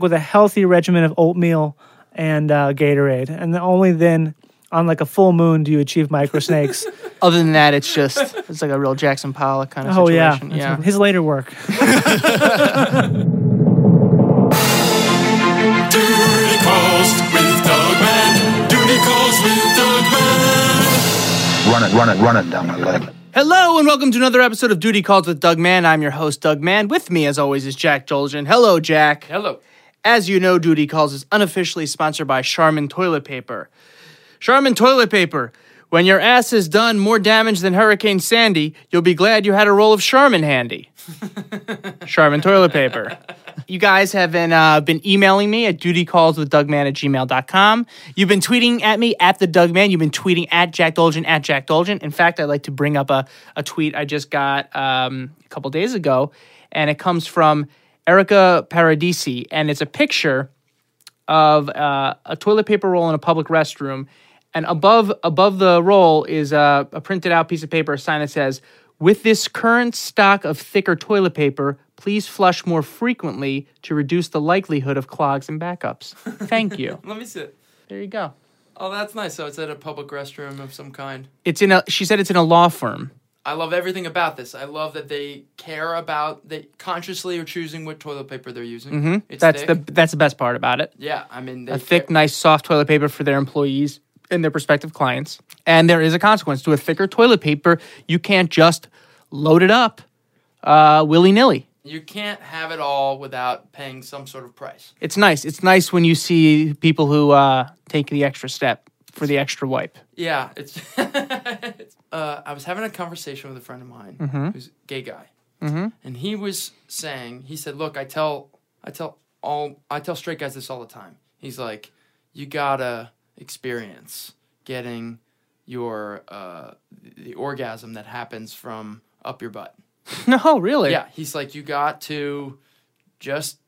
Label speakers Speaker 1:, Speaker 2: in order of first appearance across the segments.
Speaker 1: with a healthy regimen of oatmeal and uh, Gatorade, and only then on like a full moon do you achieve micro snakes.
Speaker 2: Other than that, it's just it's like a real Jackson Pollock kind of
Speaker 1: oh yeah,
Speaker 2: situation.
Speaker 1: That's right. his later work.
Speaker 3: Duty calls with Doug Man. Duty calls with Doug Man.
Speaker 4: Run it, run it, run it down my leg.
Speaker 2: Hello and welcome to another episode of Duty Calls with Doug Mann. I'm your host, Doug Mann. With me, as always, is Jack Dolgen. Hello, Jack.
Speaker 5: Hello.
Speaker 2: As you know, Duty Calls is unofficially sponsored by Charmin Toilet Paper. Charmin Toilet Paper. When your ass has done more damage than Hurricane Sandy, you'll be glad you had a roll of Charmin handy. Charmin Toilet Paper. You guys have been, uh, been emailing me at dutycallswithdugman at gmail.com. You've been tweeting at me at the Dougman. You've been tweeting at Jack Dolgen at Jack Dolgen. In fact, I'd like to bring up a, a tweet I just got um, a couple days ago, and it comes from Erica Paradisi, and it's a picture of uh, a toilet paper roll in a public restroom, and above above the roll is a, a printed out piece of paper, a sign that says, "With this current stock of thicker toilet paper, please flush more frequently to reduce the likelihood of clogs and backups." Thank you.
Speaker 5: Let me sit.
Speaker 2: there you go.
Speaker 5: Oh, that's nice. So it's at a public restroom of some kind.
Speaker 2: It's in a. She said it's in a law firm.
Speaker 5: I love everything about this. I love that they care about they consciously are choosing what toilet paper they're using. Mm-hmm. It's
Speaker 2: That's
Speaker 5: thick.
Speaker 2: the that's the best part about it.
Speaker 5: yeah. I mean, they
Speaker 2: a thick,
Speaker 5: care.
Speaker 2: nice, soft toilet paper for their employees and their prospective clients. And there is a consequence to a thicker toilet paper. You can't just load it up uh, willy nilly.
Speaker 5: You can't have it all without paying some sort of price.
Speaker 2: It's nice. It's nice when you see people who uh, take the extra step for the extra wipe.
Speaker 5: Yeah, it's. uh, I was having a conversation with a friend of mine who's a gay guy, and he was saying, he said, "Look, I tell, I tell all, I tell straight guys this all the time. He's like, you gotta experience getting your uh, the orgasm that happens from up your butt.
Speaker 2: no, really?
Speaker 5: Yeah, he's like, you got to just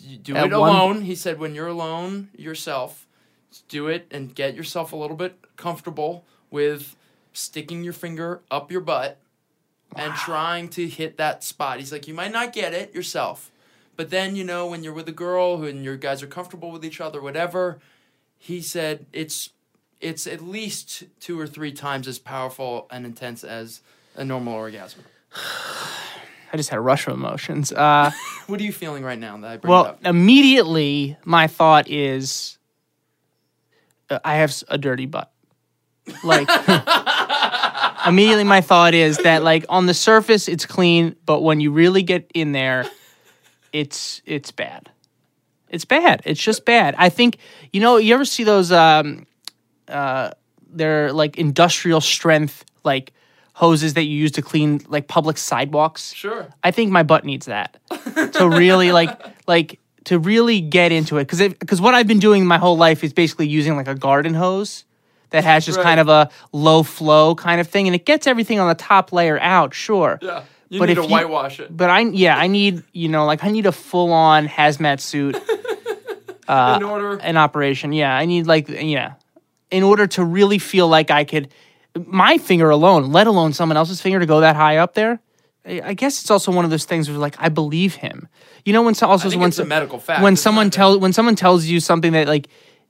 Speaker 5: you do
Speaker 2: At
Speaker 5: it
Speaker 2: one-
Speaker 5: alone. He said, when you're alone yourself, do it and get yourself a little bit comfortable with sticking your finger up your butt and trying to hit that spot. He's like, you might not get it yourself, but then you know when you're with a girl who- and your guys are comfortable with each other, whatever. He said it's it's at least two or three times as powerful and intense as a normal orgasm.
Speaker 2: I just had a rush of emotions. Uh,
Speaker 5: What are you feeling right now that I bring it
Speaker 2: well,
Speaker 5: up?
Speaker 2: immediately, my thought is uh, I have s- a dirty butt. Like, immediately, my thought is that, like, on the surface, it's clean, but when you really get in there, it's it's bad. It's bad. It's just bad. I think, you know, you ever see those, um, uh, they're like industrial strength, like, hoses that you use to clean, like, public sidewalks?
Speaker 5: Sure.
Speaker 2: I think my butt needs that to really like like to really get into it because because what I've been doing my whole life is basically using like a garden hose that has just kind of a low flow kind of thing and it gets everything on the top layer out sure
Speaker 5: Yeah. You
Speaker 2: But
Speaker 5: need
Speaker 2: if
Speaker 5: to
Speaker 2: you-
Speaker 5: whitewash it.
Speaker 2: but I yeah I need you know like I need a full on hazmat suit uh,
Speaker 5: in order.
Speaker 2: an operation. Yeah, I need like yeah, in order to really feel like I could, my finger alone, let alone someone else's finger, to go that high up there. I I guess it's also one of those things where like I believe him. You know when so, also
Speaker 5: I think
Speaker 2: when
Speaker 5: it's a
Speaker 2: so-
Speaker 5: medical fact.
Speaker 2: when
Speaker 5: It's
Speaker 2: someone
Speaker 5: not that-
Speaker 2: tells when someone tells you something that like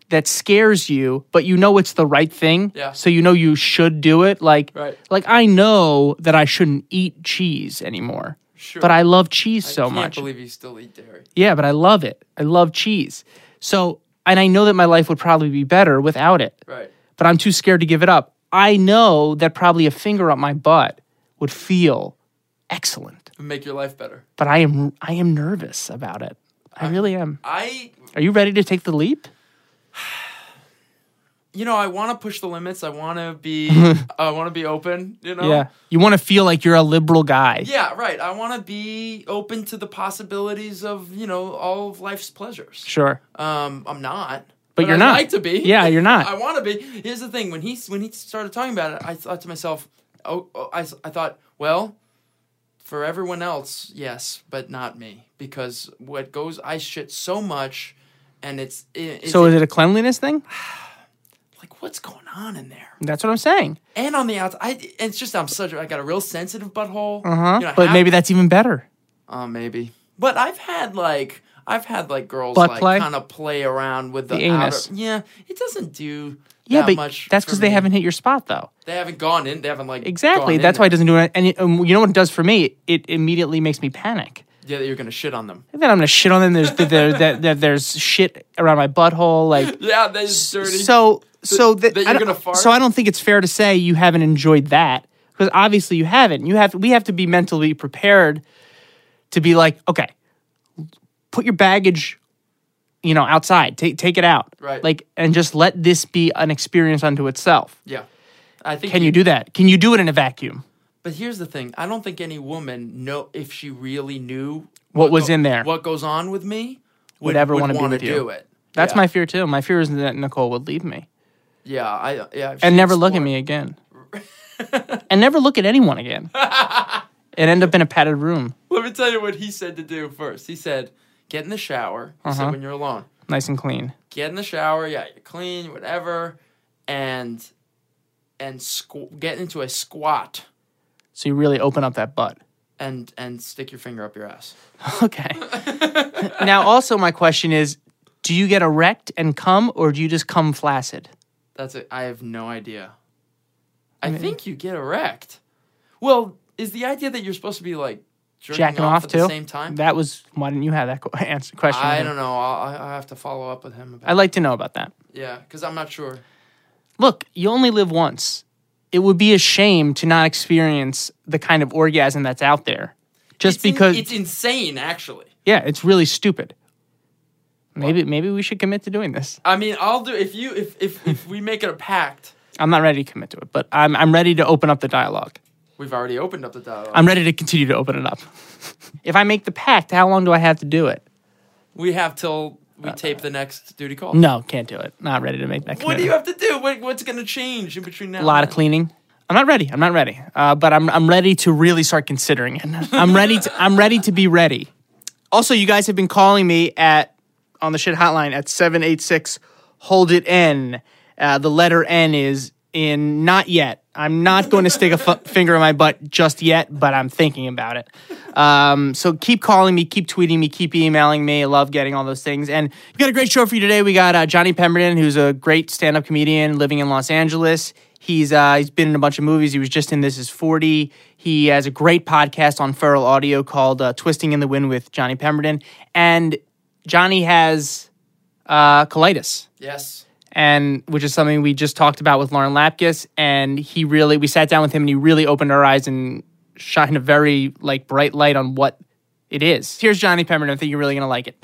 Speaker 2: that scares you, but you know it's the right thing.
Speaker 5: Yeah.
Speaker 2: So you know you should do it. Like
Speaker 5: Right.
Speaker 2: like I know that I shouldn't eat cheese anymore.
Speaker 5: Sure.
Speaker 2: But I love cheese so
Speaker 5: I can't
Speaker 2: much.
Speaker 5: believe you still eat dairy.
Speaker 2: Yeah, but I love it. I love cheese. So, and I know that my life would probably be better without it,
Speaker 5: Right.
Speaker 2: but I'm too scared to give it up. I know that probably a finger up my butt would feel excellent,
Speaker 5: And make your life better.
Speaker 2: but I am I am nervous about it. I really am.
Speaker 5: I,
Speaker 2: Are you ready to take the leap?
Speaker 5: you know, I want to push the limits. I want to be, I want to be open. You know.
Speaker 2: You want to feel like you're a liberal guy.
Speaker 5: Yeah. Right. I want to be open to the possibilities of you know all of life's pleasures.
Speaker 2: Sure.
Speaker 5: Um, I'm not.
Speaker 2: But you're
Speaker 5: I'd
Speaker 2: not.
Speaker 5: Like to be.
Speaker 2: Yeah, you're not.
Speaker 5: I want to be. Here's the thing. When he when he started talking about it, I thought to myself, oh, oh, I, s- I thought, well, for everyone else, yes, but not me, because what goes, I shit so much, and it's, it, it's
Speaker 2: so is it a cleanliness thing?
Speaker 5: like what's going on in there?
Speaker 2: That's what I'm saying.
Speaker 5: And on the outside, I, and it's just I'm such a- I got a real sensitive butthole.
Speaker 2: Uh-huh.
Speaker 5: You know,
Speaker 2: but
Speaker 5: half-
Speaker 2: maybe that's even better.
Speaker 5: Oh, maybe. But I've had like I've had like girls
Speaker 2: Butt
Speaker 5: like
Speaker 2: play?
Speaker 5: kind of play around with the,
Speaker 2: The anus.
Speaker 5: outer. Yeah, it doesn't do
Speaker 2: Yeah,
Speaker 5: that
Speaker 2: but
Speaker 5: much.
Speaker 2: that's
Speaker 5: for
Speaker 2: because they
Speaker 5: me.
Speaker 2: haven't hit your spot though.
Speaker 5: they haven't gone in. They haven't like
Speaker 2: Exactly.
Speaker 5: gone
Speaker 2: That's
Speaker 5: in
Speaker 2: why it
Speaker 5: there.
Speaker 2: doesn't do it. And it- um, you know what it does for me? It immediately makes me panic.
Speaker 5: Yeah, that you're gonna shit on them.
Speaker 2: And then I'm gonna shit on them. There's that there, that that there's shit around my butthole. Like
Speaker 5: Yeah, that is dirty.
Speaker 2: so so that,
Speaker 5: that
Speaker 2: I
Speaker 5: you're
Speaker 2: don't-
Speaker 5: gonna fart?
Speaker 2: so I don't think it's fair to say you haven't enjoyed that because obviously you haven't. You have we have to be mentally prepared to be like okay, put your baggage, you know, outside. Take take it out.
Speaker 5: Right.
Speaker 2: Like and just let this be an experience unto itself.
Speaker 5: yeah, I think
Speaker 2: Can you do that? Can you do it in a vacuum?
Speaker 5: But here's the thing: I don't think any woman know if she really knew
Speaker 2: What was in there.
Speaker 5: what goes on with me, would,
Speaker 2: Would ever
Speaker 5: would
Speaker 2: wanna be
Speaker 5: wanna
Speaker 2: with you.
Speaker 5: do it.
Speaker 2: That's
Speaker 5: Yeah.
Speaker 2: my fear too. My fear is that Nicole would leave me.
Speaker 5: yeah, I yeah, if she
Speaker 2: and never look at
Speaker 5: explored-
Speaker 2: me again and never look at anyone again and end up in a padded room
Speaker 5: Let me tell you what he said to do first. He said, "Get in the shower." He
Speaker 2: Uh-huh.
Speaker 5: said, "When you're alone,
Speaker 2: nice and clean
Speaker 5: get in the shower. Yeah, you're clean, whatever, and and squ- get into a squat
Speaker 2: so you really open up that butt
Speaker 5: and and stick your finger up your ass.
Speaker 2: okay now also my question is do you get erect and come or do you just come flaccid
Speaker 5: That's it. I have no idea. I think you get erect. Well, is the idea that you're supposed to be like jerking
Speaker 2: jacking
Speaker 5: off,
Speaker 2: off,
Speaker 5: at
Speaker 2: too
Speaker 5: the same time?
Speaker 2: that was why didn't you have that que- answer question
Speaker 5: I don't know. I'll, I'll have to follow up with him about.
Speaker 2: i'd like to know about that
Speaker 5: yeah, because I'm not sure.
Speaker 2: look you only live once it would be a shame to not experience the kind of orgasm that's out there just
Speaker 5: It's in-
Speaker 2: because
Speaker 5: it's insane, actually.
Speaker 2: Yeah, it's really stupid. Maybe maybe we should commit to doing this.
Speaker 5: I mean, I'll do if you if if, if we make it a pact.
Speaker 2: I'm not ready to commit to it, but I'm I'm ready to open up the dialogue.
Speaker 5: We've already opened up the dialogue.
Speaker 2: I'm ready to continue to open it up. if I make the pact, how long do I have to do it?
Speaker 5: we have till
Speaker 1: Uh,
Speaker 5: we tape the next duty call.
Speaker 2: No, can't do it. Not ready to make that.
Speaker 5: What do you
Speaker 2: commitment.
Speaker 5: have to do? What, what's going to change in between now?
Speaker 2: A lot of
Speaker 5: clean.
Speaker 2: cleaning. I'm not ready. I'm not ready. Uh, but I'm I'm ready to really start considering it. I'm ready. To, I'm ready to be ready. Also, you guys have been calling me at on the shit hotline at seven eight six. Hold it N. Uh, the letter N is in not yet. I'm not going to stick a f- finger in my butt just yet, but I'm thinking about it. Um, so keep calling me, keep tweeting me, keep emailing me. I love getting all those things. And we got a great show for you today. We got uh, Johnny Pemberton, who's a great stand up comedian living in Los Angeles. He's uh, he's been in a bunch of movies. He was just in This Is Forty. He has a great podcast on Feral Audio called uh, Twisting in the Wind with Johnny Pemberton. And Johnny has uh, colitis
Speaker 5: Yes.
Speaker 2: and which is something we just talked about with Lauren Lapkus. And he really, we sat down with him and he really opened our eyes and shined a very like bright light on what it is. Here's Johnny Pemberton. I think you're really gonna like it.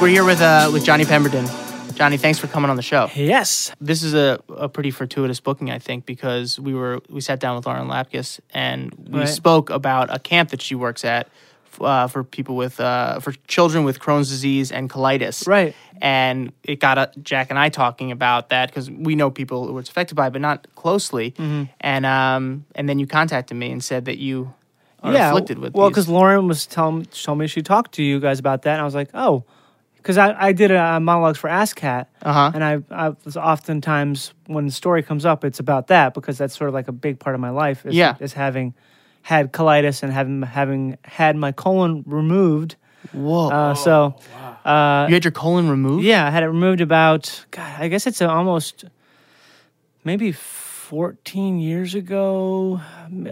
Speaker 2: We're here with uh, with Johnny Pemberton. Johnny, thanks for coming on the show
Speaker 1: Yes.
Speaker 2: this is a, a pretty fortuitous booking, I think, because we were we sat down with Lauren Lapkus and we
Speaker 1: Right.
Speaker 2: spoke about a camp that she works at f- uh, for people with uh, for children with Crohn's disease and colitis.
Speaker 1: Right.
Speaker 2: And it got uh, Jack and I talking about that because we know people who it's affected by, it, but not closely.
Speaker 1: Mm-hmm.
Speaker 2: And um and then you contacted me and said that you are afflicted with
Speaker 1: well,
Speaker 2: these.
Speaker 1: because Lauren was telling told me she talked to you guys about that, and I was like, oh, because I, I did a, monologues for Ask Cat,
Speaker 2: Uh-huh.
Speaker 1: and I, I was oftentimes when the story comes up, it's about that because that's sort of like a big part of my life. Is,
Speaker 2: Yeah.
Speaker 1: is having had colitis and having having had my colon removed.
Speaker 2: whoa,
Speaker 1: Uh, so
Speaker 2: you had your colon removed.
Speaker 1: uh, yeah, I had it removed about God, I guess it's almost maybe fourteen years ago,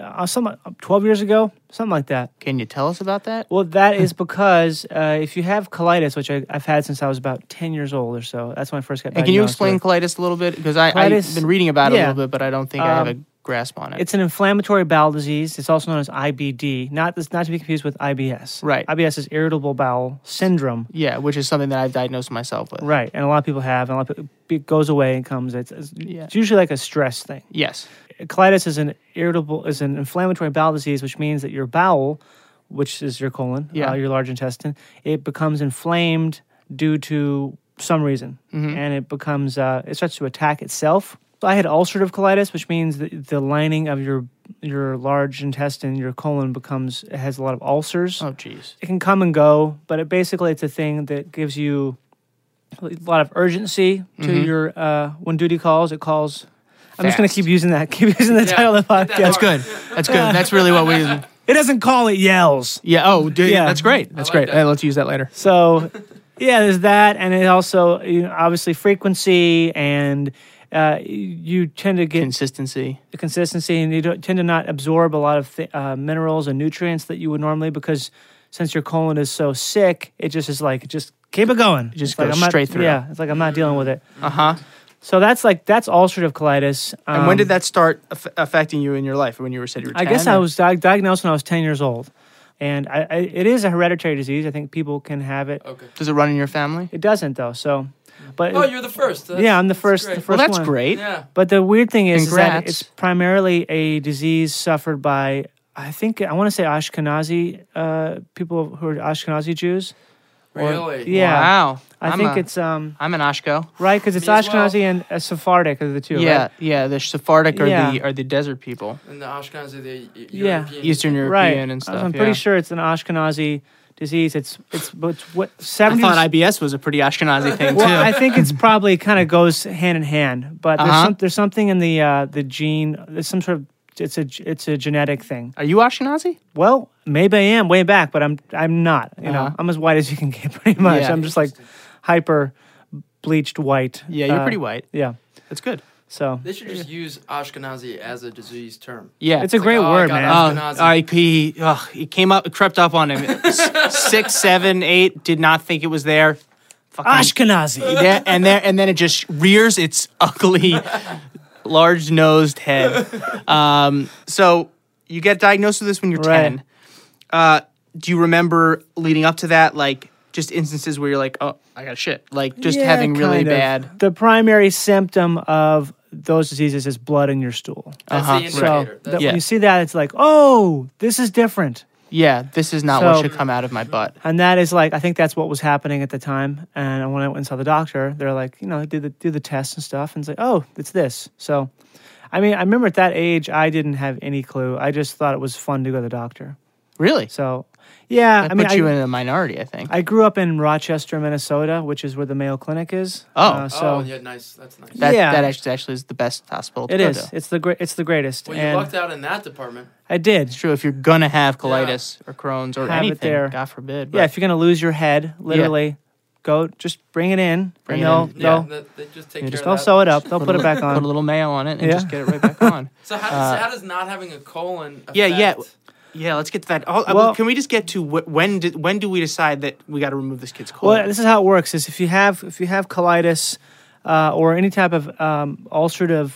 Speaker 1: uh, some twelve years ago, something like that.
Speaker 2: Can you tell us about that?
Speaker 1: Well, that is because uh, if you have colitis, which I, I've had since I was about 10 years old or so, that's when I first got
Speaker 2: And can you
Speaker 1: diagnosed with
Speaker 2: explain
Speaker 1: it.
Speaker 2: colitis a little bit? Because I've
Speaker 1: Colitis-
Speaker 2: been reading about it
Speaker 1: yeah.
Speaker 2: a little bit, but I don't think I have
Speaker 1: Um,
Speaker 2: a grasp on it.
Speaker 1: It's an inflammatory bowel disease. It's also known as IBD, not, this, not to be confused with IBS.
Speaker 2: Right.
Speaker 1: IBS is irritable bowel syndrome.
Speaker 2: Yeah, which is something that I've diagnosed myself with.
Speaker 1: Right. And a lot of people have, and a lot of people, it goes away and comes. It's, it's it's usually like a stress thing.
Speaker 2: Yes.
Speaker 1: colitis is an irritable is an inflammatory bowel disease, which means that your bowel, which is your colon,
Speaker 2: Yeah.
Speaker 1: uh, your large intestine, it becomes inflamed due to some reason,
Speaker 2: Mm-hmm.
Speaker 1: and it becomes uh, it starts to attack itself. So I had ulcerative colitis, which means the, the lining of your your large intestine, your colon becomes it has a lot of ulcers.
Speaker 2: Oh, jeez.
Speaker 1: It can come and go, but it basically it's a thing that gives you a lot of urgency to your uh, when duty calls. It calls. I'm just gonna keep using that. Keep using the title of the
Speaker 5: hit that
Speaker 1: podcast.
Speaker 2: That's good. That's good. That's really what we.
Speaker 1: It doesn't call. It yells.
Speaker 2: Yeah. Oh, dude,
Speaker 1: Yeah.
Speaker 2: that's great. That's
Speaker 5: like
Speaker 2: great.
Speaker 5: that.
Speaker 2: Hey, let's use that later.
Speaker 1: So, yeah, there's that, and it also you know, obviously frequency, and uh, you tend to get
Speaker 2: Consistency.
Speaker 1: the consistency, and you don't, tend to not absorb a lot of th- uh, minerals and nutrients that you would normally because since your colon is so sick, it just is like just keep it going. It
Speaker 2: just
Speaker 1: like,
Speaker 2: goes
Speaker 1: I'm not-
Speaker 2: straight through.
Speaker 1: Yeah, it's like I'm not dealing with it.
Speaker 2: Uh huh.
Speaker 1: So that's like that's ulcerative colitis.
Speaker 2: And
Speaker 1: Um,
Speaker 2: when did that start aff- affecting you in your life? When you were said you were.
Speaker 1: I guess
Speaker 2: 10
Speaker 1: I
Speaker 2: or-
Speaker 1: was di- diagnosed when I was 10 years old. And I, I, it is a hereditary disease. I think people can have it.
Speaker 5: Okay.
Speaker 2: Does it run in your family?
Speaker 1: It doesn't, though. So, but
Speaker 5: Oh, you're the first. That's-
Speaker 1: yeah, I'm the
Speaker 5: that's
Speaker 1: first, the
Speaker 5: great.
Speaker 1: first
Speaker 2: Well, that's
Speaker 1: one.
Speaker 2: great.
Speaker 5: Yeah.
Speaker 1: But the weird thing is, is that
Speaker 2: Congrats.
Speaker 1: it's primarily a disease suffered by, I think, I want to say Ashkenazi uh, people who are Ashkenazi Jews. Or-
Speaker 5: Really?
Speaker 1: Yeah.
Speaker 2: Wow.
Speaker 1: I
Speaker 2: I'm
Speaker 1: think
Speaker 2: a-
Speaker 1: it's um
Speaker 2: I'm an Ashko.
Speaker 1: right because it's
Speaker 5: Me as well.
Speaker 1: Ashkenazi and uh, Sephardic are the two.
Speaker 2: Yeah,
Speaker 1: right?
Speaker 2: yeah. The Sephardic are
Speaker 1: Yeah.
Speaker 2: the are the desert people,
Speaker 5: And the Ashkenaz are the E-
Speaker 1: Yeah.
Speaker 5: European.
Speaker 2: Eastern European
Speaker 1: right.
Speaker 2: and stuff.
Speaker 1: I'm
Speaker 2: yeah.
Speaker 1: pretty sure it's an Ashkenazi disease. It's it's but it's what
Speaker 2: I
Speaker 1: seventy.
Speaker 2: thought IBS was a pretty Ashkenazi thing too.
Speaker 1: Well, I think it's probably kind of goes hand in hand, but there's,
Speaker 2: Uh-huh.
Speaker 1: some, there's something in the uh, the gene. There's some sort of it's a it's a genetic thing.
Speaker 2: are you Ashkenazi?
Speaker 1: Well, maybe I am way back, but I'm I'm not. You
Speaker 2: Uh-huh.
Speaker 1: know, I'm as white as you can get, pretty much.
Speaker 2: Yeah.
Speaker 1: I'm just like hyper bleached white.
Speaker 2: Yeah, you're
Speaker 1: Uh,
Speaker 2: pretty white.
Speaker 1: Yeah,
Speaker 2: That's good.
Speaker 1: so
Speaker 5: They should just use Ashkenazi as a disease term.
Speaker 2: Yeah,
Speaker 1: it's a great
Speaker 5: oh, I
Speaker 1: word,
Speaker 5: got
Speaker 1: man. Uh,
Speaker 5: it.
Speaker 2: Oh,
Speaker 5: Ashkenazi.
Speaker 2: I- he, ugh, he came up, crept up on him. S- Six, seven, eight. Did not think it was there. Fucking,
Speaker 1: Ashkenazi.
Speaker 2: Yeah, and there, and then it just rears its ugly, large-nosed head. Um, so you get diagnosed with this when you're
Speaker 1: Right.
Speaker 2: ten. Uh, do you remember leading up to that, like just instances where you're like, "Oh, I got shit," like just
Speaker 1: Yeah,
Speaker 2: having really
Speaker 1: kind of.
Speaker 2: bad.
Speaker 1: The primary symptom of those diseases is blood in your stool.
Speaker 5: That's
Speaker 2: Uh-huh.
Speaker 5: the
Speaker 1: So
Speaker 5: indicator.
Speaker 1: that-
Speaker 5: That's-
Speaker 2: Yeah.
Speaker 1: when you see that, it's like, oh, this is different.
Speaker 2: Yeah, this is not what
Speaker 1: So-
Speaker 2: should come out of my butt.
Speaker 1: And that is like, I think that's what was happening at the time. And when I went and saw the doctor, they're like, you know, do the do the tests and stuff, and it's like, oh, it's this. So, I mean, I remember at that age, I didn't have any clue. I just thought it was fun to go to the doctor.
Speaker 2: Really,
Speaker 1: So, yeah,
Speaker 2: that
Speaker 1: I mean,
Speaker 2: puts
Speaker 1: I,
Speaker 2: you in a minority, I think.
Speaker 1: I grew up in Rochester, Minnesota, which is where the Mayo Clinic is. Uh,
Speaker 2: Oh.
Speaker 1: so
Speaker 5: oh, yeah, nice. That's nice.
Speaker 2: that
Speaker 1: yeah.
Speaker 2: that actually, actually is the best hospital. To
Speaker 1: it
Speaker 2: go
Speaker 1: is.
Speaker 2: To.
Speaker 1: It's the great. It's the greatest.
Speaker 5: well, you
Speaker 1: and
Speaker 5: lucked out in that department.
Speaker 1: I did.
Speaker 2: It's true. If you're gonna have colitis or Crohn's or
Speaker 1: Have it
Speaker 2: anything,
Speaker 1: there.
Speaker 2: God forbid.
Speaker 1: Yeah, if you're gonna lose your head, literally, go just bring it in.
Speaker 2: Bring it
Speaker 1: and they'll,
Speaker 2: in.
Speaker 5: Yeah,
Speaker 1: They'll,
Speaker 5: that- they just take
Speaker 1: you
Speaker 5: care
Speaker 1: just
Speaker 5: of
Speaker 1: they'll
Speaker 5: that.
Speaker 1: sew it up. They'll put it
Speaker 2: little-
Speaker 1: back on.
Speaker 2: Put a little mayo on it and
Speaker 1: Yeah.
Speaker 2: just get it right back on.
Speaker 5: So how
Speaker 1: Uh,
Speaker 5: does, how does not having a colon affect?
Speaker 2: Yeah, yeah. Yeah, let's get to that. Oh, uh,
Speaker 1: Well-
Speaker 2: can we just get to wh- when? Did, when do we decide that we got to remove this kid's colon?
Speaker 1: Well, this is how it works: is if you have if you have colitis uh, or any type of um, ulcerative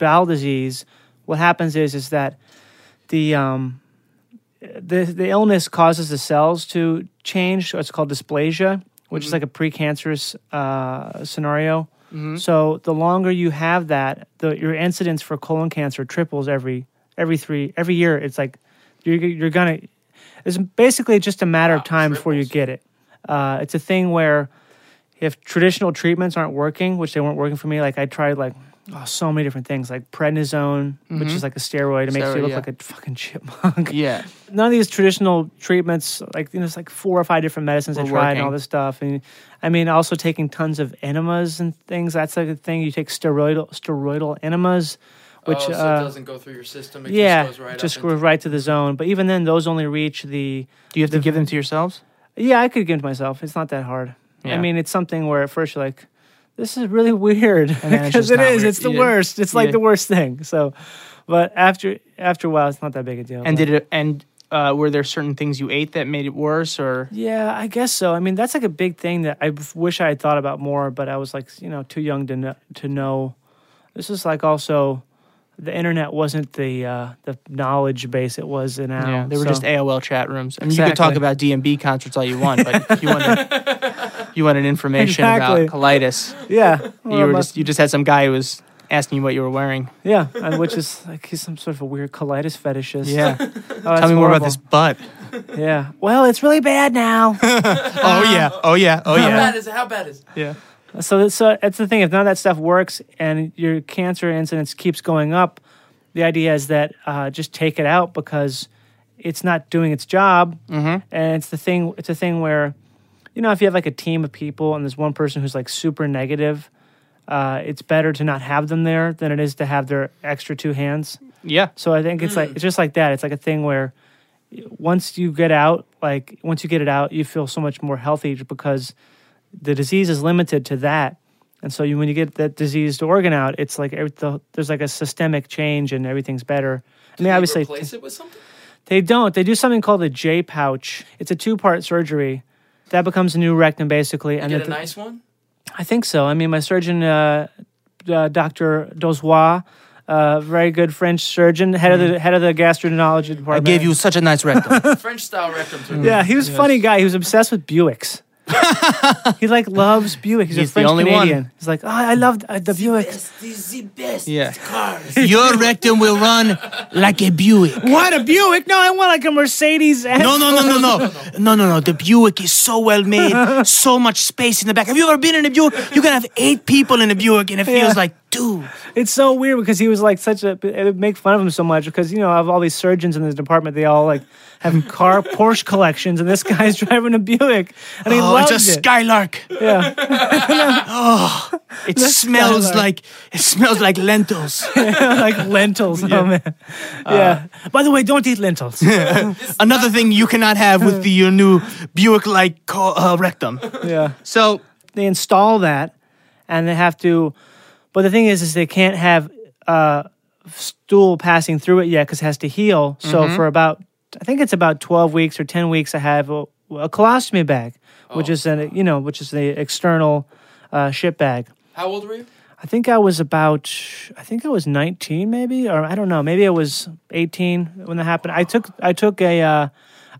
Speaker 1: bowel disease, what happens is is that the um, the the illness causes the cells to change. So it's called dysplasia, which
Speaker 2: Mm-hmm.
Speaker 1: is like a precancerous uh, scenario.
Speaker 2: Mm-hmm.
Speaker 1: So the longer you have that, the, your incidence for colon cancer triples every every three every year. It's like you're you're gonna. It's basically just a matter of time before you
Speaker 5: triples.
Speaker 1: get it. Uh, it's a thing where if traditional treatments aren't working, which they weren't working for me, like I tried like oh, so many different things, like prednisone, which is like a steroid, it makes
Speaker 2: Mm-hmm. Steroid,
Speaker 1: you look
Speaker 2: yeah.
Speaker 1: like a fucking chipmunk.
Speaker 2: yeah,
Speaker 1: None of these traditional treatments, like you know, it's like four or five different medicines I
Speaker 2: Were
Speaker 1: tried and all
Speaker 2: working.
Speaker 1: this stuff. And I mean, also taking tons of enemas and things. That's like a thing. You take steroidal steroidal enemas, which
Speaker 5: Which oh, so
Speaker 1: uh,
Speaker 5: it doesn't go through your system. It
Speaker 1: yeah,
Speaker 5: just goes right up
Speaker 1: goes
Speaker 5: into-
Speaker 1: right to the zone. But even then, those only reach the
Speaker 2: do you have to give them to yourselves?
Speaker 1: yeah, I could give it to myself. It's not that hard.
Speaker 2: Yeah.
Speaker 1: I mean, it's something where at first you're like, this is really weird
Speaker 2: then it's
Speaker 1: because
Speaker 2: just
Speaker 1: it
Speaker 2: not
Speaker 1: is.
Speaker 2: weird.
Speaker 1: It's the
Speaker 2: Yeah.
Speaker 1: worst. It's like
Speaker 2: Yeah.
Speaker 1: the worst thing. So, but after after a while, it's not that big a deal.
Speaker 2: And
Speaker 1: But-
Speaker 2: did it? And uh, were there certain things you ate that made it worse? Or
Speaker 1: yeah, I guess so. I mean, that's like a big thing that I wish I had thought about more, but I was like, you know, too young to know. To know. This is like also the internet wasn't the uh, the knowledge base it was now.
Speaker 2: yeah, they were
Speaker 1: So-
Speaker 2: just AOL chat rooms. I mean, you could talk
Speaker 1: Exactly.
Speaker 2: about DMB concerts all you want, but you wanted you wanted information
Speaker 1: Exactly.
Speaker 2: about colitis.
Speaker 1: yeah.
Speaker 2: you were just you just had some guy who was asking you what you were wearing.
Speaker 1: yeah, and which is like he's some sort of a weird colitis fetishist.
Speaker 2: Tell me
Speaker 1: Oh, that's
Speaker 2: more about
Speaker 1: horrible.
Speaker 2: this butt.
Speaker 1: Yeah. Well, it's really bad now.
Speaker 2: Oh yeah. Oh yeah. Oh
Speaker 5: How
Speaker 2: yeah.
Speaker 5: bad is it? How bad is it?
Speaker 2: yeah.
Speaker 1: so, that's- so that's the thing. If none of that stuff works and your cancer incidence keeps going up, the idea is that uh, just take it out because it's not doing its job, and it's the thing. It's a thing where you know, if you have like a team of people and there's one person who's like super negative, uh, it's better to not have them there than it is to have their extra two hands.
Speaker 2: Yeah.
Speaker 1: So I think it's
Speaker 5: Mm.
Speaker 1: like it's just like that. It's like a thing where once you get out, like once you get it out, you feel so much more healthy just because the disease is limited to that. And so you, when you get that diseased organ out, it's like every, the, there's like a systemic change and everything's better. I mean, obviously,
Speaker 5: replace it with something.
Speaker 1: they don't. They do something called a J pouch. It's a two part surgery. That becomes a new rectum basically. and
Speaker 5: Get
Speaker 1: it-
Speaker 5: a nice one.
Speaker 1: I think so. I mean, my surgeon, uh, uh, Doctor Dozois, uh, very good French surgeon, head of the head of the gastroenterology department.
Speaker 2: Mm-hmm. Gave you such a nice rectum.
Speaker 5: French style rectums. are-
Speaker 1: Yeah, he was a funny guy. He was obsessed with Buicks. he like loves Buick. He's,
Speaker 2: He's
Speaker 1: a
Speaker 2: the
Speaker 1: French
Speaker 2: only one.
Speaker 1: Canadian. He's like, oh, I love uh, the Buick.
Speaker 2: yeah. Your rectum will run like a Buick.
Speaker 1: What a Buick! No, I want like a Mercedes.
Speaker 2: No, no, no, no, no, no, no, no. The Buick is so well made, so much space in the back. Have you ever been in a Buick? You can have eight people in a Buick, and it feels
Speaker 1: Yeah.
Speaker 2: like two.
Speaker 1: It's so weird because he was like such a. It would make fun of him so much because you know of all these surgeons in this department, they all like have car Porsche collections, and this guy's driving a Buick, and he
Speaker 2: Oh,
Speaker 1: loves
Speaker 2: it's a
Speaker 1: it.
Speaker 2: skylark.
Speaker 1: yeah.
Speaker 2: It smells
Speaker 1: skylark.
Speaker 2: like it smells like lentils.
Speaker 1: like lentils. Oh man. Yeah. By the way, don't eat lentils.
Speaker 2: Another thing you cannot have with the, your new Buick-like co- uh, rectum.
Speaker 1: yeah.
Speaker 2: So
Speaker 1: They install that, and they have to. But the thing is, is they can't have uh, stool passing through it yet because it has to heal. So for about, I think it's about twelve weeks or ten weeks, I have a, a colostomy bag, which is an you know, which is the external uh, shit bag.
Speaker 5: How old were you?
Speaker 1: I think I was about, I think I was 19 maybe, or I don't know, maybe I was 18 when that happened. I took, I took a, uh,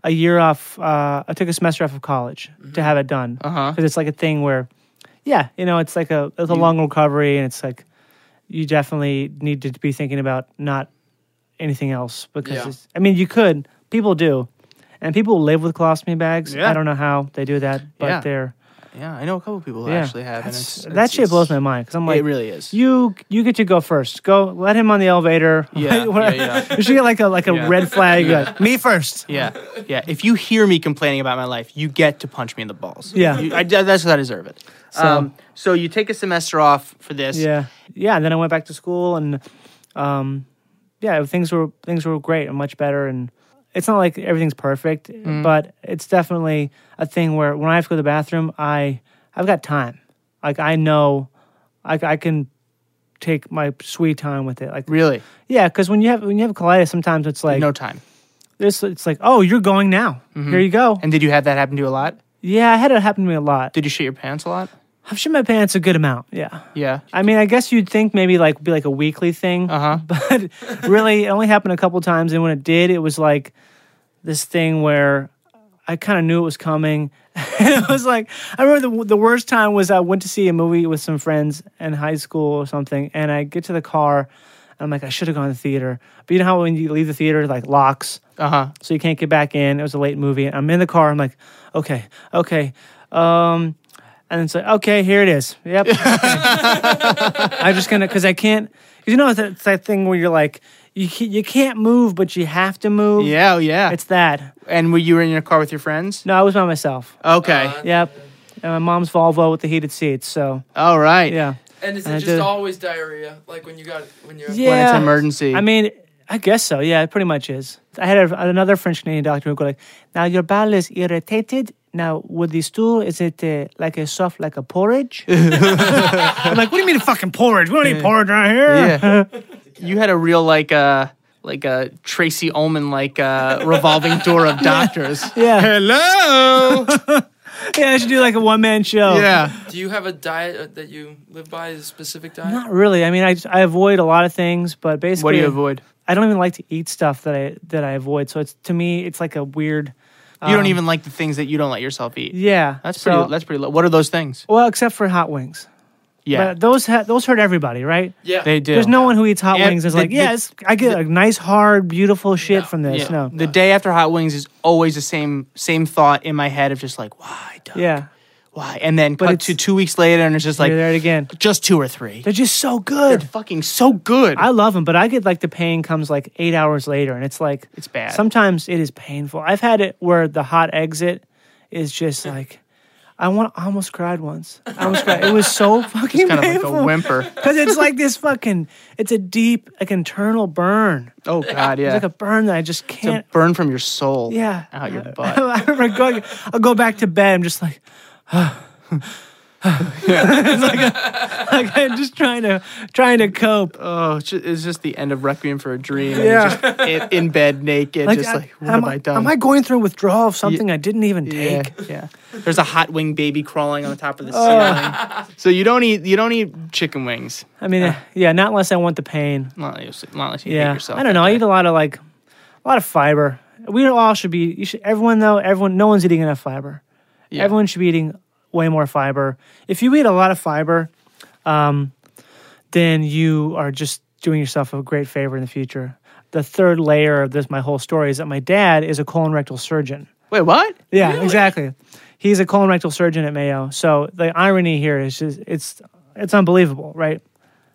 Speaker 1: a year off, uh, I took a semester off of college to have it done. Uh-huh. Cause it's like a thing where, yeah, you know, it's like a, it's a long recovery and it's like, you definitely need to be thinking about not anything else because
Speaker 5: Yeah.
Speaker 1: it's, I mean, you could, people do. And people live with colostomy bags.
Speaker 2: Yeah.
Speaker 1: I don't know how they do that, but
Speaker 2: Yeah.
Speaker 1: they're
Speaker 2: yeah, I know a couple people who
Speaker 1: Yeah.
Speaker 2: actually have, and
Speaker 1: That's-
Speaker 2: it's, it's,
Speaker 1: that shit
Speaker 2: it's-
Speaker 1: blows my mind because I'm like,
Speaker 2: it really is.
Speaker 1: you you get to go first. Go let him on the elevator.
Speaker 2: Yeah, yeah, yeah.
Speaker 1: you should get like a like a red flag. like, Me first.
Speaker 2: Yeah, yeah. If you hear me complaining about my life, you get to punch me in the balls.
Speaker 1: Yeah.
Speaker 2: You- I, that's what I deserve it. So, um, so you take a semester off for this.
Speaker 1: Yeah, yeah. And then I went back to school, and um, yeah, things were things were great and much better. And it's not like everything's perfect,
Speaker 2: Mm-hmm.
Speaker 1: but it's definitely a thing where when I have to go to the bathroom, I I've got time. Like I know, I I can take my sweet time with it. Like
Speaker 2: Really,
Speaker 1: yeah, because when you have when you have colitis, sometimes it's like
Speaker 2: no time.
Speaker 1: this. It's like oh, you're going now. Here you go.
Speaker 2: And did you have that happen to you a lot?
Speaker 1: Yeah, I had it happen to me a lot.
Speaker 2: Did you shit your pants a lot?
Speaker 1: I've shit my pants a good amount. Yeah.
Speaker 2: Yeah.
Speaker 1: I mean, I guess you'd think maybe like be like a weekly thing,
Speaker 2: Uh huh.
Speaker 1: but really, it only happened a couple times. And when it did, it was like this thing where I kind of knew it was coming. it was like I remember the the worst time was I went to see a movie with some friends in high school or something, and I get to the car. and I'm like, I should have gone to the theater. But you know how when you leave the theater, like locks
Speaker 2: Uh huh.
Speaker 1: so you can't get back in. It was a late movie. I'm in the car. I'm like, okay, okay. Um, and it's like, okay, here it is. Yep. I'm just gonna because I can't. 'cause you know it's that, it's that thing where you're like, you ca- you can't move, but you have to move.
Speaker 2: Yeah, oh, yeah.
Speaker 1: It's that.
Speaker 2: and were you in your car with your friends?
Speaker 1: No, I was by myself.
Speaker 2: Okay.
Speaker 1: Yep. And my mom's Volvo with the heated seats. So
Speaker 2: All right.
Speaker 1: yeah.
Speaker 5: And is it
Speaker 1: I
Speaker 5: just
Speaker 1: did.
Speaker 5: always diarrhea? Like when you got when you're
Speaker 1: Yeah.
Speaker 2: When it's an emergency.
Speaker 1: I mean, I guess so. Yeah, it pretty much is. I had a, another French Canadian doctor who go like, "Now your bowel is irritated. Now with the stool, is it uh, like a soft like a porridge?" I'm like, "What do you mean a fucking porridge? We don't eat porridge right here."
Speaker 2: Yeah. you had a real like uh like a Tracy Ullman like uh revolving door of doctors.
Speaker 1: Yeah,
Speaker 2: Hello.
Speaker 1: yeah. I should do like a one man show.
Speaker 2: yeah.
Speaker 5: Do you have a diet uh, that you live by? A specific diet?
Speaker 1: Not really. I mean, I, just- I avoid a lot of things, but basically,
Speaker 2: What do you avoid?
Speaker 1: I don't even like to eat stuff that I that I avoid. So it's to me, it's like a weird.
Speaker 2: You don't even like the things that you don't let yourself eat.
Speaker 1: Um, Yeah,
Speaker 2: That's pretty.
Speaker 1: so-
Speaker 2: that's pretty. Low. What are those things?
Speaker 1: well, except for hot wings.
Speaker 2: Yeah,
Speaker 1: But those ha- those hurt everybody, right?
Speaker 5: yeah.
Speaker 2: they do.
Speaker 1: There's no one who eats hot
Speaker 2: Yeah,
Speaker 1: wings. It's
Speaker 2: the-
Speaker 1: like,
Speaker 2: the-
Speaker 1: yeah, it's, I get a nice, hard, beautiful shit from this.
Speaker 2: Yeah.
Speaker 1: No,
Speaker 2: The day after hot wings is always the same same thought in my head of just like why, Doug?
Speaker 1: yeah,
Speaker 2: why, and then
Speaker 1: But
Speaker 2: cut
Speaker 1: it's-
Speaker 2: to two weeks later and it's just
Speaker 1: like,
Speaker 2: like
Speaker 1: you're there again.
Speaker 2: just two or three.
Speaker 1: They're just so
Speaker 2: They're
Speaker 1: good.
Speaker 2: fucking so good.
Speaker 1: I love them, but I get like the pain comes like eight hours later, and it's like
Speaker 2: It's bad.
Speaker 1: Sometimes it is painful. I've had it where the hot exit is just like. I want. I almost cried once. I almost cried. It was so fucking
Speaker 2: Kind of like
Speaker 1: painful.
Speaker 2: a whimper.
Speaker 1: Because it's like this fucking. It's a deep, like internal burn.
Speaker 2: Oh God, yeah.
Speaker 1: It's like a burn that I just can't.
Speaker 2: to burn from your soul.
Speaker 1: yeah.
Speaker 2: Out your butt.
Speaker 1: I remember going. I'll go back to bed. I'm just like. it's like, a, like I'm just trying to trying to cope.
Speaker 2: Oh, it's just, it's just the end of Requiem for a Dream. and
Speaker 1: Yeah.
Speaker 2: you're just in, in bed naked, just like, what
Speaker 1: am,
Speaker 2: have I done?
Speaker 1: Am I going through withdrawal of something I didn't even take?
Speaker 2: Yeah, yeah. There's a hot wing baby crawling on the top of the
Speaker 1: Ah.
Speaker 2: ceiling. so you don't eat you don't eat chicken wings.
Speaker 1: I mean, uh, yeah, not unless I want the pain.
Speaker 2: Not unless, not unless you hate
Speaker 1: Yeah,
Speaker 2: yourself.
Speaker 1: I don't know. I eat a lot of like, a lot of fiber. We all should be. You should. Everyone though. Everyone. No one's eating enough fiber. Everyone should be eating way more fiber. If you eat a lot of fiber, um, then you are just doing yourself a great favor in the future. The third layer of this, my whole story, is that my dad is a colon rectal surgeon.
Speaker 2: Wait, what?
Speaker 1: Yeah, exactly. He's a colon rectal surgeon at Mayo. So the irony here is just it's it's unbelievable, right?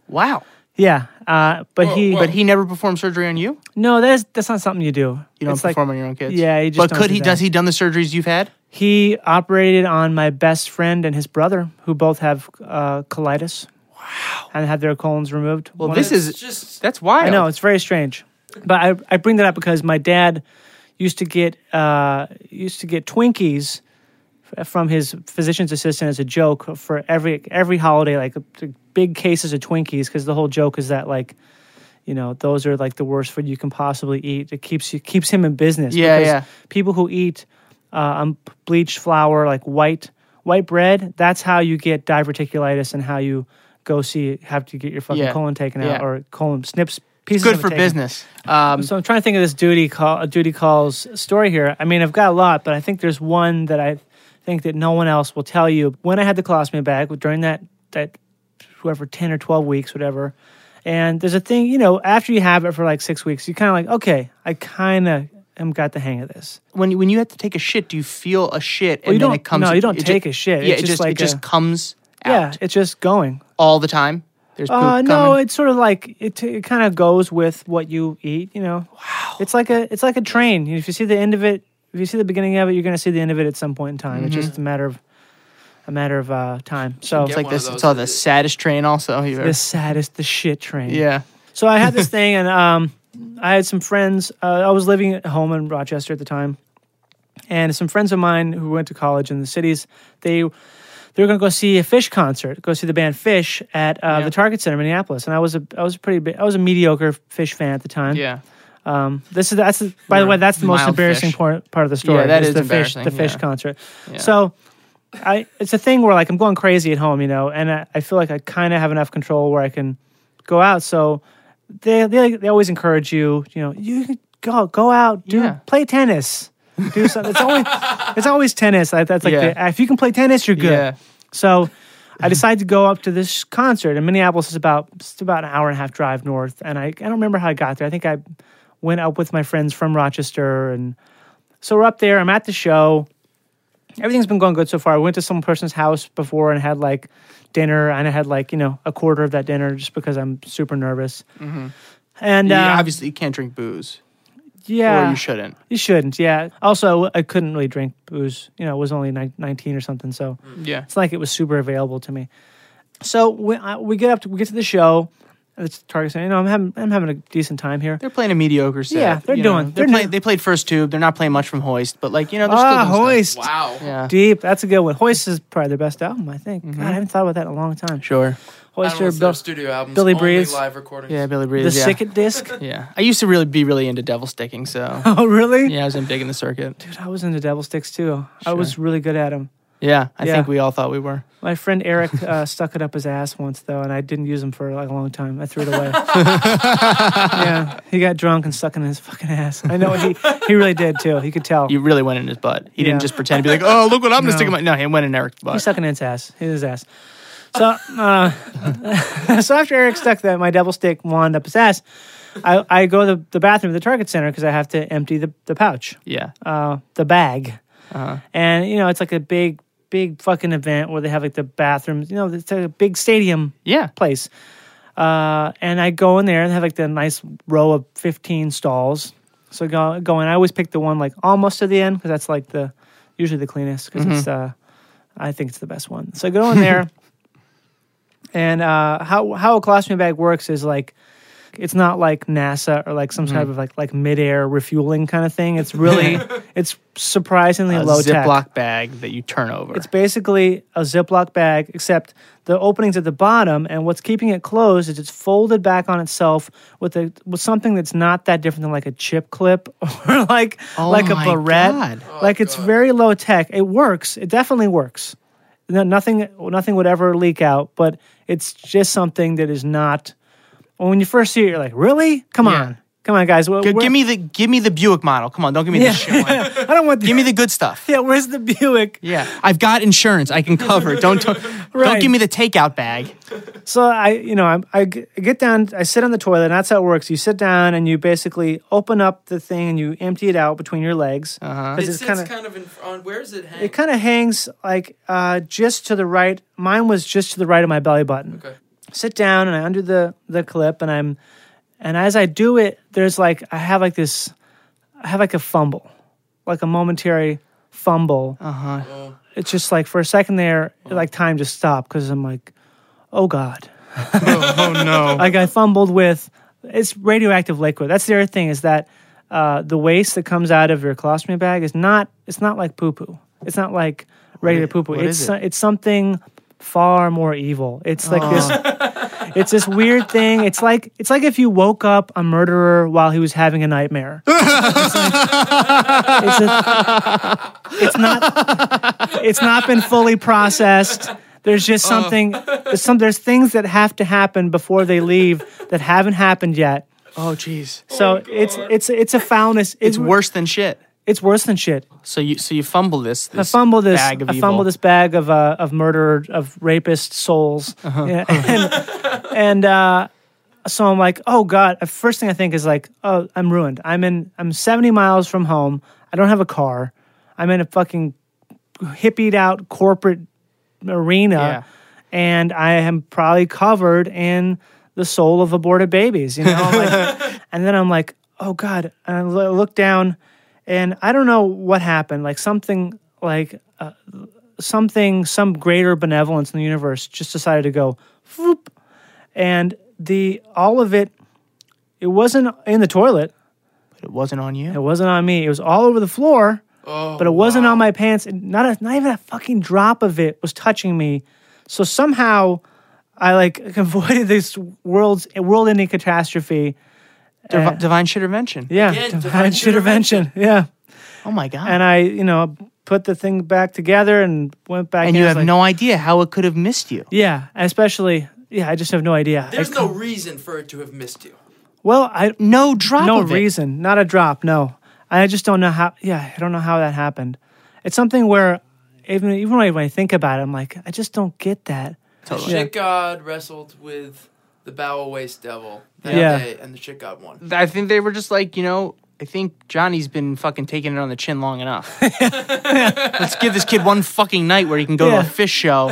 Speaker 2: Wow.
Speaker 1: Yeah, uh, but
Speaker 5: Whoa,
Speaker 1: he
Speaker 5: whoa.
Speaker 2: But he never performed surgery on you.
Speaker 1: no, that's that's not something you do.
Speaker 2: You don't
Speaker 1: It's like-
Speaker 2: perform on your own kids.
Speaker 1: yeah, you just
Speaker 2: But
Speaker 1: don't
Speaker 2: could
Speaker 1: do
Speaker 2: he?
Speaker 1: that.
Speaker 2: Does he done the surgeries you've had?
Speaker 1: He operated on my best friend and his brother, who both have uh, colitis. Wow. And had their colons removed. Well,
Speaker 2: this
Speaker 5: It's
Speaker 2: is-
Speaker 5: just
Speaker 2: That's wild.
Speaker 1: I know it's very strange, but I, I bring that up because my dad used to get uh, used to get Twinkies f- from his physician's assistant as a joke for every every holiday, like uh, big cases of Twinkies, because the whole joke is that like. You know, those are like the worst food you can possibly eat. It keeps you keeps him in business.
Speaker 2: Yeah,
Speaker 1: because
Speaker 2: yeah.
Speaker 1: People who eat uh, um, bleached flour, like white white bread, that's how you get diverticulitis and how you go see have to get your fucking
Speaker 2: Yeah.
Speaker 1: colon taken
Speaker 2: Yeah.
Speaker 1: out or colon snips pieces.
Speaker 2: Good
Speaker 1: of it
Speaker 2: for
Speaker 1: taken.
Speaker 2: business. Um,
Speaker 1: So I'm trying to think of this duty call uh, duty calls story here. I mean, I've got a lot, but I think there's one that I think that no one else will tell you. When I had the colostomy bag during that that whoever ten or twelve weeks, whatever. And there's a thing, you know, after you have it for like six weeks, you kind of like, okay, I kind of am got the hang of this.
Speaker 2: when when you have to take a shit, do you feel a shit? And
Speaker 1: you
Speaker 2: then
Speaker 1: don't-
Speaker 2: it comes.
Speaker 1: no, you don't
Speaker 2: it
Speaker 1: take a shit.
Speaker 2: Yeah,
Speaker 1: It's
Speaker 2: it
Speaker 1: just
Speaker 2: just
Speaker 1: like
Speaker 2: it just
Speaker 1: a-
Speaker 2: comes
Speaker 1: Yeah,
Speaker 2: out
Speaker 1: it's just going.
Speaker 2: all the time. There's poop
Speaker 1: Uh,
Speaker 2: coming.
Speaker 1: no, it's sort of like it. T- it kind of goes with what you eat. You know. Wow. It's like a it's like a train. If you see the end of it, if you see the beginning of it, you're going to see the end of it at some point in time. It's just a matter of a matter of uh, time. So
Speaker 5: get
Speaker 1: it's like
Speaker 2: It's like
Speaker 5: one of
Speaker 2: this.
Speaker 5: those
Speaker 2: It's all
Speaker 5: that
Speaker 2: the
Speaker 5: is-
Speaker 2: saddest train. Also, you've ever-
Speaker 1: the saddest, the shit train.
Speaker 2: yeah.
Speaker 1: So I had this thing, and um, I had some friends. Uh, I was living at home in Rochester at the time, and some friends of mine who went to college in the cities. They they were going to go see a Fish concert, go see the band Fish at uh, the Target Center in Minneapolis. And I was a I was a pretty big, I was a mediocre Fish fan at the time.
Speaker 2: Yeah.
Speaker 1: This is that's the- by the way that's the most
Speaker 2: Mild
Speaker 1: embarrassing
Speaker 2: fish.
Speaker 1: part part of the story.
Speaker 2: Yeah, that is
Speaker 1: the fish
Speaker 2: embarrassing,
Speaker 1: the fish
Speaker 2: yeah.
Speaker 1: concert. So I it's a thing where like I'm going crazy at home, you know, and I, I feel like I kind of have enough control where I can go out. So they they they always encourage you, you know, you can go go out, do
Speaker 2: Yeah.
Speaker 1: play tennis, do something. It's always it's always tennis. Like, that's like
Speaker 2: Yeah.
Speaker 1: the, if you can play tennis, you're good.
Speaker 2: Yeah.
Speaker 1: So I decided to go up to this concert, and Minneapolis is about it's about an hour and a half drive north. And I, I don't remember how I got there. I think I went up with my friends from Rochester, and so we're up there. I'm at the show. Everything's been going good so far. I went to some person's house before and had like dinner, and I had like you know a quarter of that dinner just because I'm super nervous. And
Speaker 2: You
Speaker 1: uh,
Speaker 2: Mm-hmm. obviously you can't drink booze,
Speaker 1: yeah,
Speaker 2: or you shouldn't.
Speaker 1: You shouldn't. Yeah. Also, I couldn't really drink booze. You know, I was only nine- 19 or something, so
Speaker 2: Yeah.
Speaker 1: it's like it was super available to me. So we, I, we get up, to, we get to the show. It's Target Center. You know, I'm having, I'm having a decent time here.
Speaker 2: They're playing a mediocre set.
Speaker 1: Yeah, they're
Speaker 2: you know.
Speaker 1: doing- they're
Speaker 2: They're play,
Speaker 1: doing-
Speaker 2: they played first tube. They're not playing much from Hoist, but like you know, they're
Speaker 1: Ah,
Speaker 2: still doing
Speaker 1: Hoist,
Speaker 5: wow.
Speaker 2: Stuff. Yeah.
Speaker 1: deep. That's a good one. Hoist is probably their best album, I think.
Speaker 2: Mm-hmm.
Speaker 1: God, I haven't thought about that in a long time.
Speaker 2: Sure.
Speaker 5: I
Speaker 1: Hoist
Speaker 5: don't know
Speaker 1: or
Speaker 5: if they're
Speaker 1: Bill,
Speaker 5: studio albums.
Speaker 1: Billy
Speaker 5: only
Speaker 1: Breeze.
Speaker 5: live recordings.
Speaker 2: Yeah, Billy
Speaker 1: the
Speaker 2: Breeze. yeah.
Speaker 1: Sicket Disc.
Speaker 2: Yeah. I used to really be really into devil sticking, so
Speaker 1: oh, really?
Speaker 2: yeah, I was in big in the circuit.
Speaker 1: Dude, I was into Devil Sticks too. I was really good at them.
Speaker 2: Yeah, I
Speaker 1: Yeah.
Speaker 2: think we all thought we were.
Speaker 1: My friend Eric uh, stuck it up his ass once though, and I didn't use him for like a long time. I threw it away. yeah, he got drunk and stuck it in his fucking ass. I know he he really did too. You could tell.
Speaker 2: You really went in his butt. He
Speaker 1: Yeah.
Speaker 2: didn't just pretend to be like, oh, look what I'm gonna stick in my. No, he went in Eric's butt.
Speaker 1: He stuck it in his ass. His ass. So, uh, so after Eric stuck that my devil stick wand up his ass, I, I go to the bathroom at the Target Center because I have to empty the, the pouch,
Speaker 2: yeah.
Speaker 1: uh, the bag. And, you know, it's like a big, big fucking event where they have like the bathrooms, you know, it's a big stadium
Speaker 2: yeah.
Speaker 1: place. Uh, and I go in there and have like the nice row of 15 stalls. So go,
Speaker 2: Mm-hmm.
Speaker 1: go in. I always pick the one like almost to the end because that's like the usually the cleanest because it's uh, I think it's the best one. So go in there. and uh, how how a colostomy bag works is like it's not like NASA or like some
Speaker 2: Mm-hmm.
Speaker 1: type of like like midair refueling kind of thing. It's really it's surprisingly
Speaker 2: A
Speaker 1: low tech.
Speaker 2: Ziploc bag that you turn over.
Speaker 1: It's basically a Ziploc bag, except the opening's at the bottom, and what's keeping it closed is it's folded back on itself with a with something that's not that different than like a chip clip or like like a
Speaker 2: Oh my
Speaker 1: barrette.
Speaker 2: God.
Speaker 1: Like it's very low tech. It works. It definitely works. No, nothing nothing would ever leak out, but it's just something that is not. When you first see it, you're like, really? Come on, come on, guys.
Speaker 2: G- give me the give me the Buick model. Come on, don't give me
Speaker 1: Yeah.
Speaker 2: this shit. one.
Speaker 1: I don't want.
Speaker 2: Give me the good stuff.
Speaker 1: Yeah, where's the Buick?
Speaker 2: Yeah, I've got insurance. I can cover. it. Don't don't, don't
Speaker 1: Right.
Speaker 2: give me the takeout bag.
Speaker 1: So I, you know, I'm, I g- I get down, I sit on the toilet, and that's how it works. You sit down and you basically open up the thing and you empty it out between your legs. Uh-huh.
Speaker 5: It
Speaker 1: It's
Speaker 5: sits
Speaker 1: kind of,
Speaker 5: kind of in on where is it hang?
Speaker 1: it kind of hangs like uh, just to the right. Mine was just to the right of my belly button.
Speaker 5: Okay.
Speaker 1: Sit down and I undo the the clip and I'm, and as I do it, there's like I have like this, I have like a fumble, like a momentary fumble. Uh huh. It's just like for a second there, like time just stopped because I'm like, oh god
Speaker 2: Oh no.
Speaker 1: like I fumbled with it's radioactive liquid. That's the other thing is that uh, the waste that comes out of your colostomy bag is not it's not like poo poo. It's not like regular poo poo.
Speaker 2: what
Speaker 1: It's
Speaker 2: is
Speaker 1: so- it's something far more evil. It's like
Speaker 2: Oh.
Speaker 1: this it's this weird thing. It's like it's like if you woke up a murderer while he was having a nightmare. it's, like- it's a- it's not it's not been fully processed. There's just something there's some there's things that have to happen before they leave that haven't happened yet.
Speaker 2: Oh jeez.
Speaker 1: So it's it's it's a foulness. It's
Speaker 2: It's worse than shit.
Speaker 1: it's worse than shit.
Speaker 2: So you so you fumble this.
Speaker 1: I
Speaker 2: this
Speaker 1: fumble this.
Speaker 2: bag of
Speaker 1: I
Speaker 2: evil.
Speaker 1: fumble this bag of uh, of murdered of rapist souls.
Speaker 2: Uh-huh.
Speaker 1: Yeah, and and uh, so I'm like, oh god. The first thing I think is like, oh, I'm ruined. I'm in. I'm 70 miles from home. I don't have a car. I'm in a fucking hippied out corporate arena, and I am probably covered in the soul of aborted babies. You know, I'm like, and then I'm like, oh god. And I lo- look down, and I don't know what happened. Like something, like uh, something, some greater benevolence in the universe just decided to go, whoop, and the all of it. It wasn't in the toilet.
Speaker 2: It wasn't on
Speaker 1: It
Speaker 2: you.
Speaker 1: wasn't on me. It was all over the floor,
Speaker 5: Oh,
Speaker 1: but it wasn't on my pants. And not a, not even a fucking drop of it was touching me. So somehow, I like avoided this world's world-ending catastrophe.
Speaker 2: Divi- divine shittervention.
Speaker 1: Uh, Yeah,
Speaker 5: Again, divine
Speaker 1: intervention. Yeah,
Speaker 2: Oh my god.
Speaker 1: and I, you know, put the thing back together and went back.
Speaker 2: and
Speaker 1: in. I
Speaker 2: you
Speaker 1: was
Speaker 2: have
Speaker 1: like-
Speaker 2: no idea how it could have missed you.
Speaker 1: Yeah, especially. Yeah, I just have no idea. I
Speaker 5: There's
Speaker 1: c-
Speaker 5: no reason for it to have missed you.
Speaker 1: well, I
Speaker 2: No drop.
Speaker 1: no
Speaker 2: of it.
Speaker 1: reason, not a drop. No, I just don't know how. Yeah, I don't know how that happened. It's something where even even when I think about it, I'm like, I just don't get that.
Speaker 5: The
Speaker 1: Yeah.
Speaker 5: shit god wrestled with the bowel waste devil that
Speaker 1: Yeah.
Speaker 5: day, and the shit god won.
Speaker 2: I think they were just like, you know, I think Johnny's been fucking taking it on the chin long enough. Let's give this kid one fucking night where he can go
Speaker 1: Yeah.
Speaker 2: to a fish show.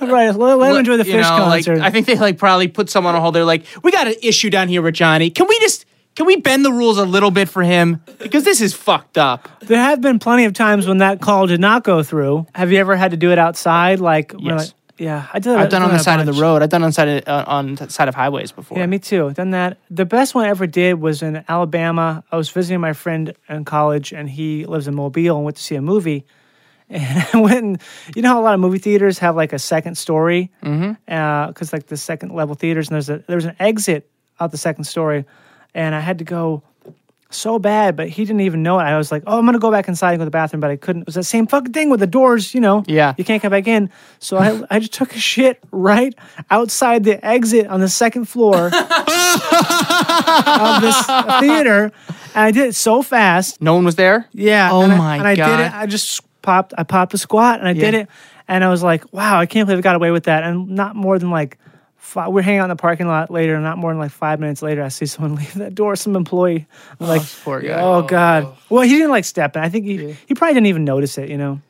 Speaker 1: Right, let, let him enjoy the
Speaker 2: You
Speaker 1: fish
Speaker 2: know, like,
Speaker 1: concert.
Speaker 2: I think they like probably put someone on hold. They're like, we got an issue down here with Johnny. Can we just can we bend the rules a little bit for him because this is fucked up.
Speaker 1: there have been plenty of times when that call did not go through. Have you ever had to do it outside? Like, we're
Speaker 2: Yes.
Speaker 1: like- yeah, I did. it-
Speaker 2: I've done
Speaker 1: did
Speaker 2: on
Speaker 1: it
Speaker 2: the
Speaker 1: a
Speaker 2: side of the
Speaker 1: bunch.
Speaker 2: road. I've done on side of, uh, on the side of highways before.
Speaker 1: Yeah, me too. Done that. The best one I ever did was in Alabama. I was visiting my friend in college, and he lives in Mobile, and went to see a movie. And I went, and you know how a lot of movie theaters have like a second story, because like the second level theaters, and there's a there's an exit out the second story, and I had to go so bad, but he didn't even know it. I was like, oh, I'm gonna go back inside and go to the bathroom, but I couldn't. It was that same fucking thing with the doors, you know?
Speaker 2: Yeah.
Speaker 1: You can't come back in. So I, I just took a shit right outside the exit on the second floor of this theater. And I did it so fast.
Speaker 2: No one was there.
Speaker 1: Yeah.
Speaker 2: Oh
Speaker 1: and I-
Speaker 2: my
Speaker 1: and I
Speaker 2: God.
Speaker 1: did it. I just popped. I popped a squat and I did
Speaker 2: Yeah.
Speaker 1: it. And I was like, wow, I can't believe I got away with that. And not more than like, five, we're hanging out in the parking lot later. And not more than like five minutes later, I see someone leave that door, some employee. I'm like,
Speaker 2: poor guy.
Speaker 1: oh god. Well, he didn't like step in. I think he he probably didn't even notice it. You know.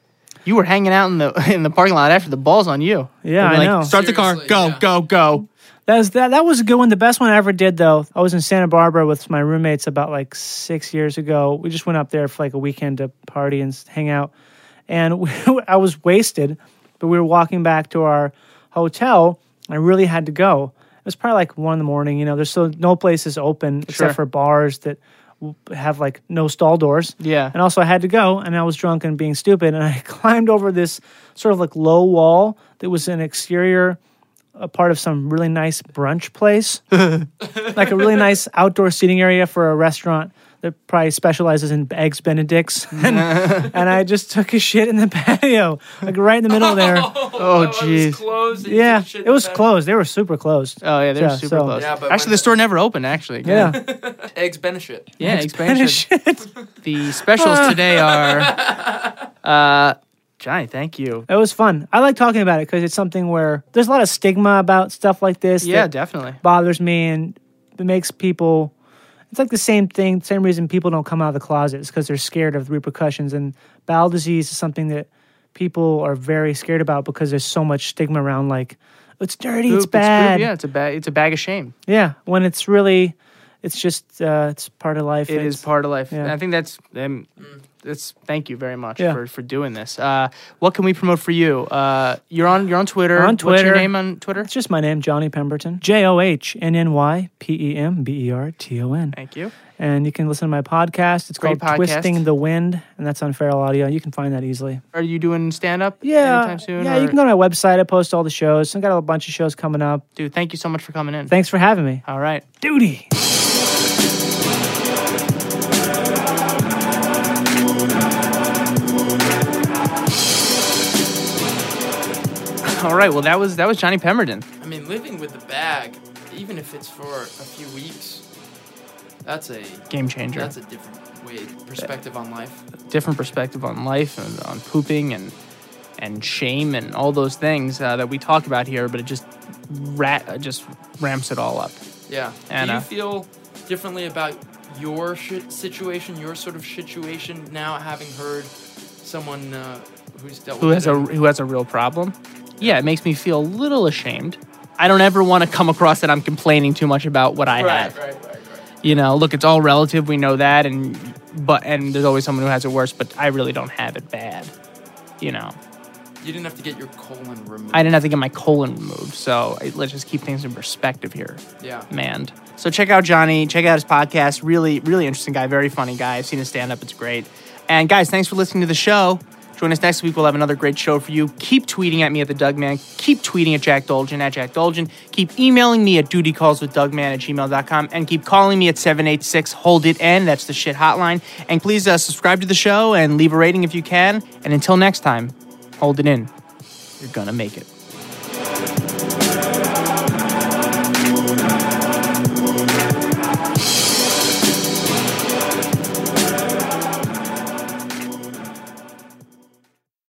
Speaker 2: You were hanging out in the in the parking lot after the balls on you.
Speaker 1: Yeah,
Speaker 2: They'd be
Speaker 1: I
Speaker 2: like,
Speaker 1: know.
Speaker 2: Start the
Speaker 5: Seriously,
Speaker 2: car. Go,
Speaker 5: yeah.
Speaker 2: go, go.
Speaker 1: That was that. That was a good one. The best one I ever did, though. I was in Santa Barbara with my roommates about like six years ago. We just went up there for like a weekend to party and s- hang out, and we, I was wasted. But we were walking back to our hotel, and I really had to go. It was probably like one in the morning. You know, there's still no places open
Speaker 2: Sure.
Speaker 1: except for bars that w- have like no stall doors.
Speaker 2: Yeah.
Speaker 1: And also, I had to go, and I was drunk and being stupid, and I climbed over this sort of like low wall that was an exterior, a part of some really nice brunch place, like a really nice outdoor seating area for a restaurant that probably specializes in eggs Benedicts. and, and I just took a shit in the patio, like right in the middle there.
Speaker 2: Oh,
Speaker 5: It was
Speaker 2: jeez.
Speaker 5: closed. and you
Speaker 1: Yeah,
Speaker 5: took shit in
Speaker 1: it
Speaker 5: the
Speaker 1: was
Speaker 5: bed.
Speaker 1: closed. They were super closed.
Speaker 2: Oh yeah, they're
Speaker 1: Yeah,
Speaker 2: super
Speaker 1: so-
Speaker 2: close.
Speaker 5: Yeah, but
Speaker 2: actually,
Speaker 5: when-
Speaker 2: the store never opened. Actually,
Speaker 1: yeah.
Speaker 5: Eggs Benefit.
Speaker 2: yeah.
Speaker 1: And
Speaker 2: Expansion.
Speaker 1: shit.
Speaker 2: The specials today are. Uh, Johnny, thank you.
Speaker 1: It was fun. I like talking about it because it's something where there's a lot of stigma about stuff like this.
Speaker 2: Yeah,
Speaker 1: that
Speaker 2: definitely.
Speaker 1: bothers me and it makes people. It's like the same thing, same reason people don't come out of the closet is because they're scared of the repercussions. And bowel disease is something that people are very scared about because there's so much stigma around like it's dirty,
Speaker 2: Poop,
Speaker 1: it's bad,
Speaker 2: poop, yeah, it's a bag. It's a bag of shame.
Speaker 1: yeah. When it's really, it's just uh, it's part of life.
Speaker 2: It
Speaker 1: It's-
Speaker 2: is part of life.
Speaker 1: yeah.
Speaker 2: And I think that's. Um, that's thank you very much
Speaker 1: Yeah.
Speaker 2: for, for doing this. Uh, what can we promote for you? Uh, you're on you're on Twitter.
Speaker 1: We're on
Speaker 2: What's your
Speaker 1: Twitter.
Speaker 2: name on Twitter?
Speaker 1: It's just my name, Johnny Pemberton. J O H N N Y P E M B E R T O N.
Speaker 2: Thank you.
Speaker 1: and you can listen to my podcast. It's
Speaker 2: Great
Speaker 1: called
Speaker 2: podcast.
Speaker 1: Twisting the Wind, and that's on Feral Audio. You can find that easily.
Speaker 2: Are you doing stand up?
Speaker 1: Yeah,
Speaker 2: Anytime soon?
Speaker 1: yeah.
Speaker 2: or-
Speaker 1: You can go to my website. I post all the shows. I've got a bunch of shows coming up.
Speaker 2: Dude, thank you so much for coming in.
Speaker 1: Thanks for having me.
Speaker 2: All right.
Speaker 1: Duty.
Speaker 2: All right. Well, that was that was Johnny Pemberton.
Speaker 5: I mean, living with the bag, even if it's for a few weeks, that's a
Speaker 2: Game changer.
Speaker 5: that's a different way perspective on life.
Speaker 2: different perspective on life and on pooping and and shame and all those things uh, that we talk about here, but it just rat uh, just ramps it all up.
Speaker 5: Yeah. Do
Speaker 2: Anna.
Speaker 5: you feel differently about your shit situation, your sort of situation now, having heard someone uh, who's dealt
Speaker 2: Who
Speaker 5: with
Speaker 2: has
Speaker 5: it
Speaker 2: a
Speaker 5: and-
Speaker 2: who has a real problem? Yeah, it makes me feel a little ashamed. I don't ever want to come across that I'm complaining too much about what I
Speaker 5: right,
Speaker 2: have.
Speaker 5: right, right, right.
Speaker 2: You know, look, it's all relative. We know that, and but and there's always someone who has it worse. But I really don't have it bad. You know,
Speaker 5: You didn't have to get your colon removed.
Speaker 2: I didn't have to get my colon removed, so I, let's just keep things in perspective here.
Speaker 5: Yeah.
Speaker 2: manned. So check out Johnny. Check out his podcast. Really, really interesting guy. Very funny guy. I've seen his stand up. It's great. And guys, thanks for listening to the show. Join us next week. We'll have another great show for you. Keep tweeting at me at the Doug Man. Keep tweeting at Jack Dolgen at Jack Dolgen. Keep emailing me at dutycallswithdugman at gmail.com. And keep calling me at 786 Hold It N. That's the shit hotline. And please uh, subscribe to the show and leave a rating if you can. And until next time, hold it in. You're going to make it.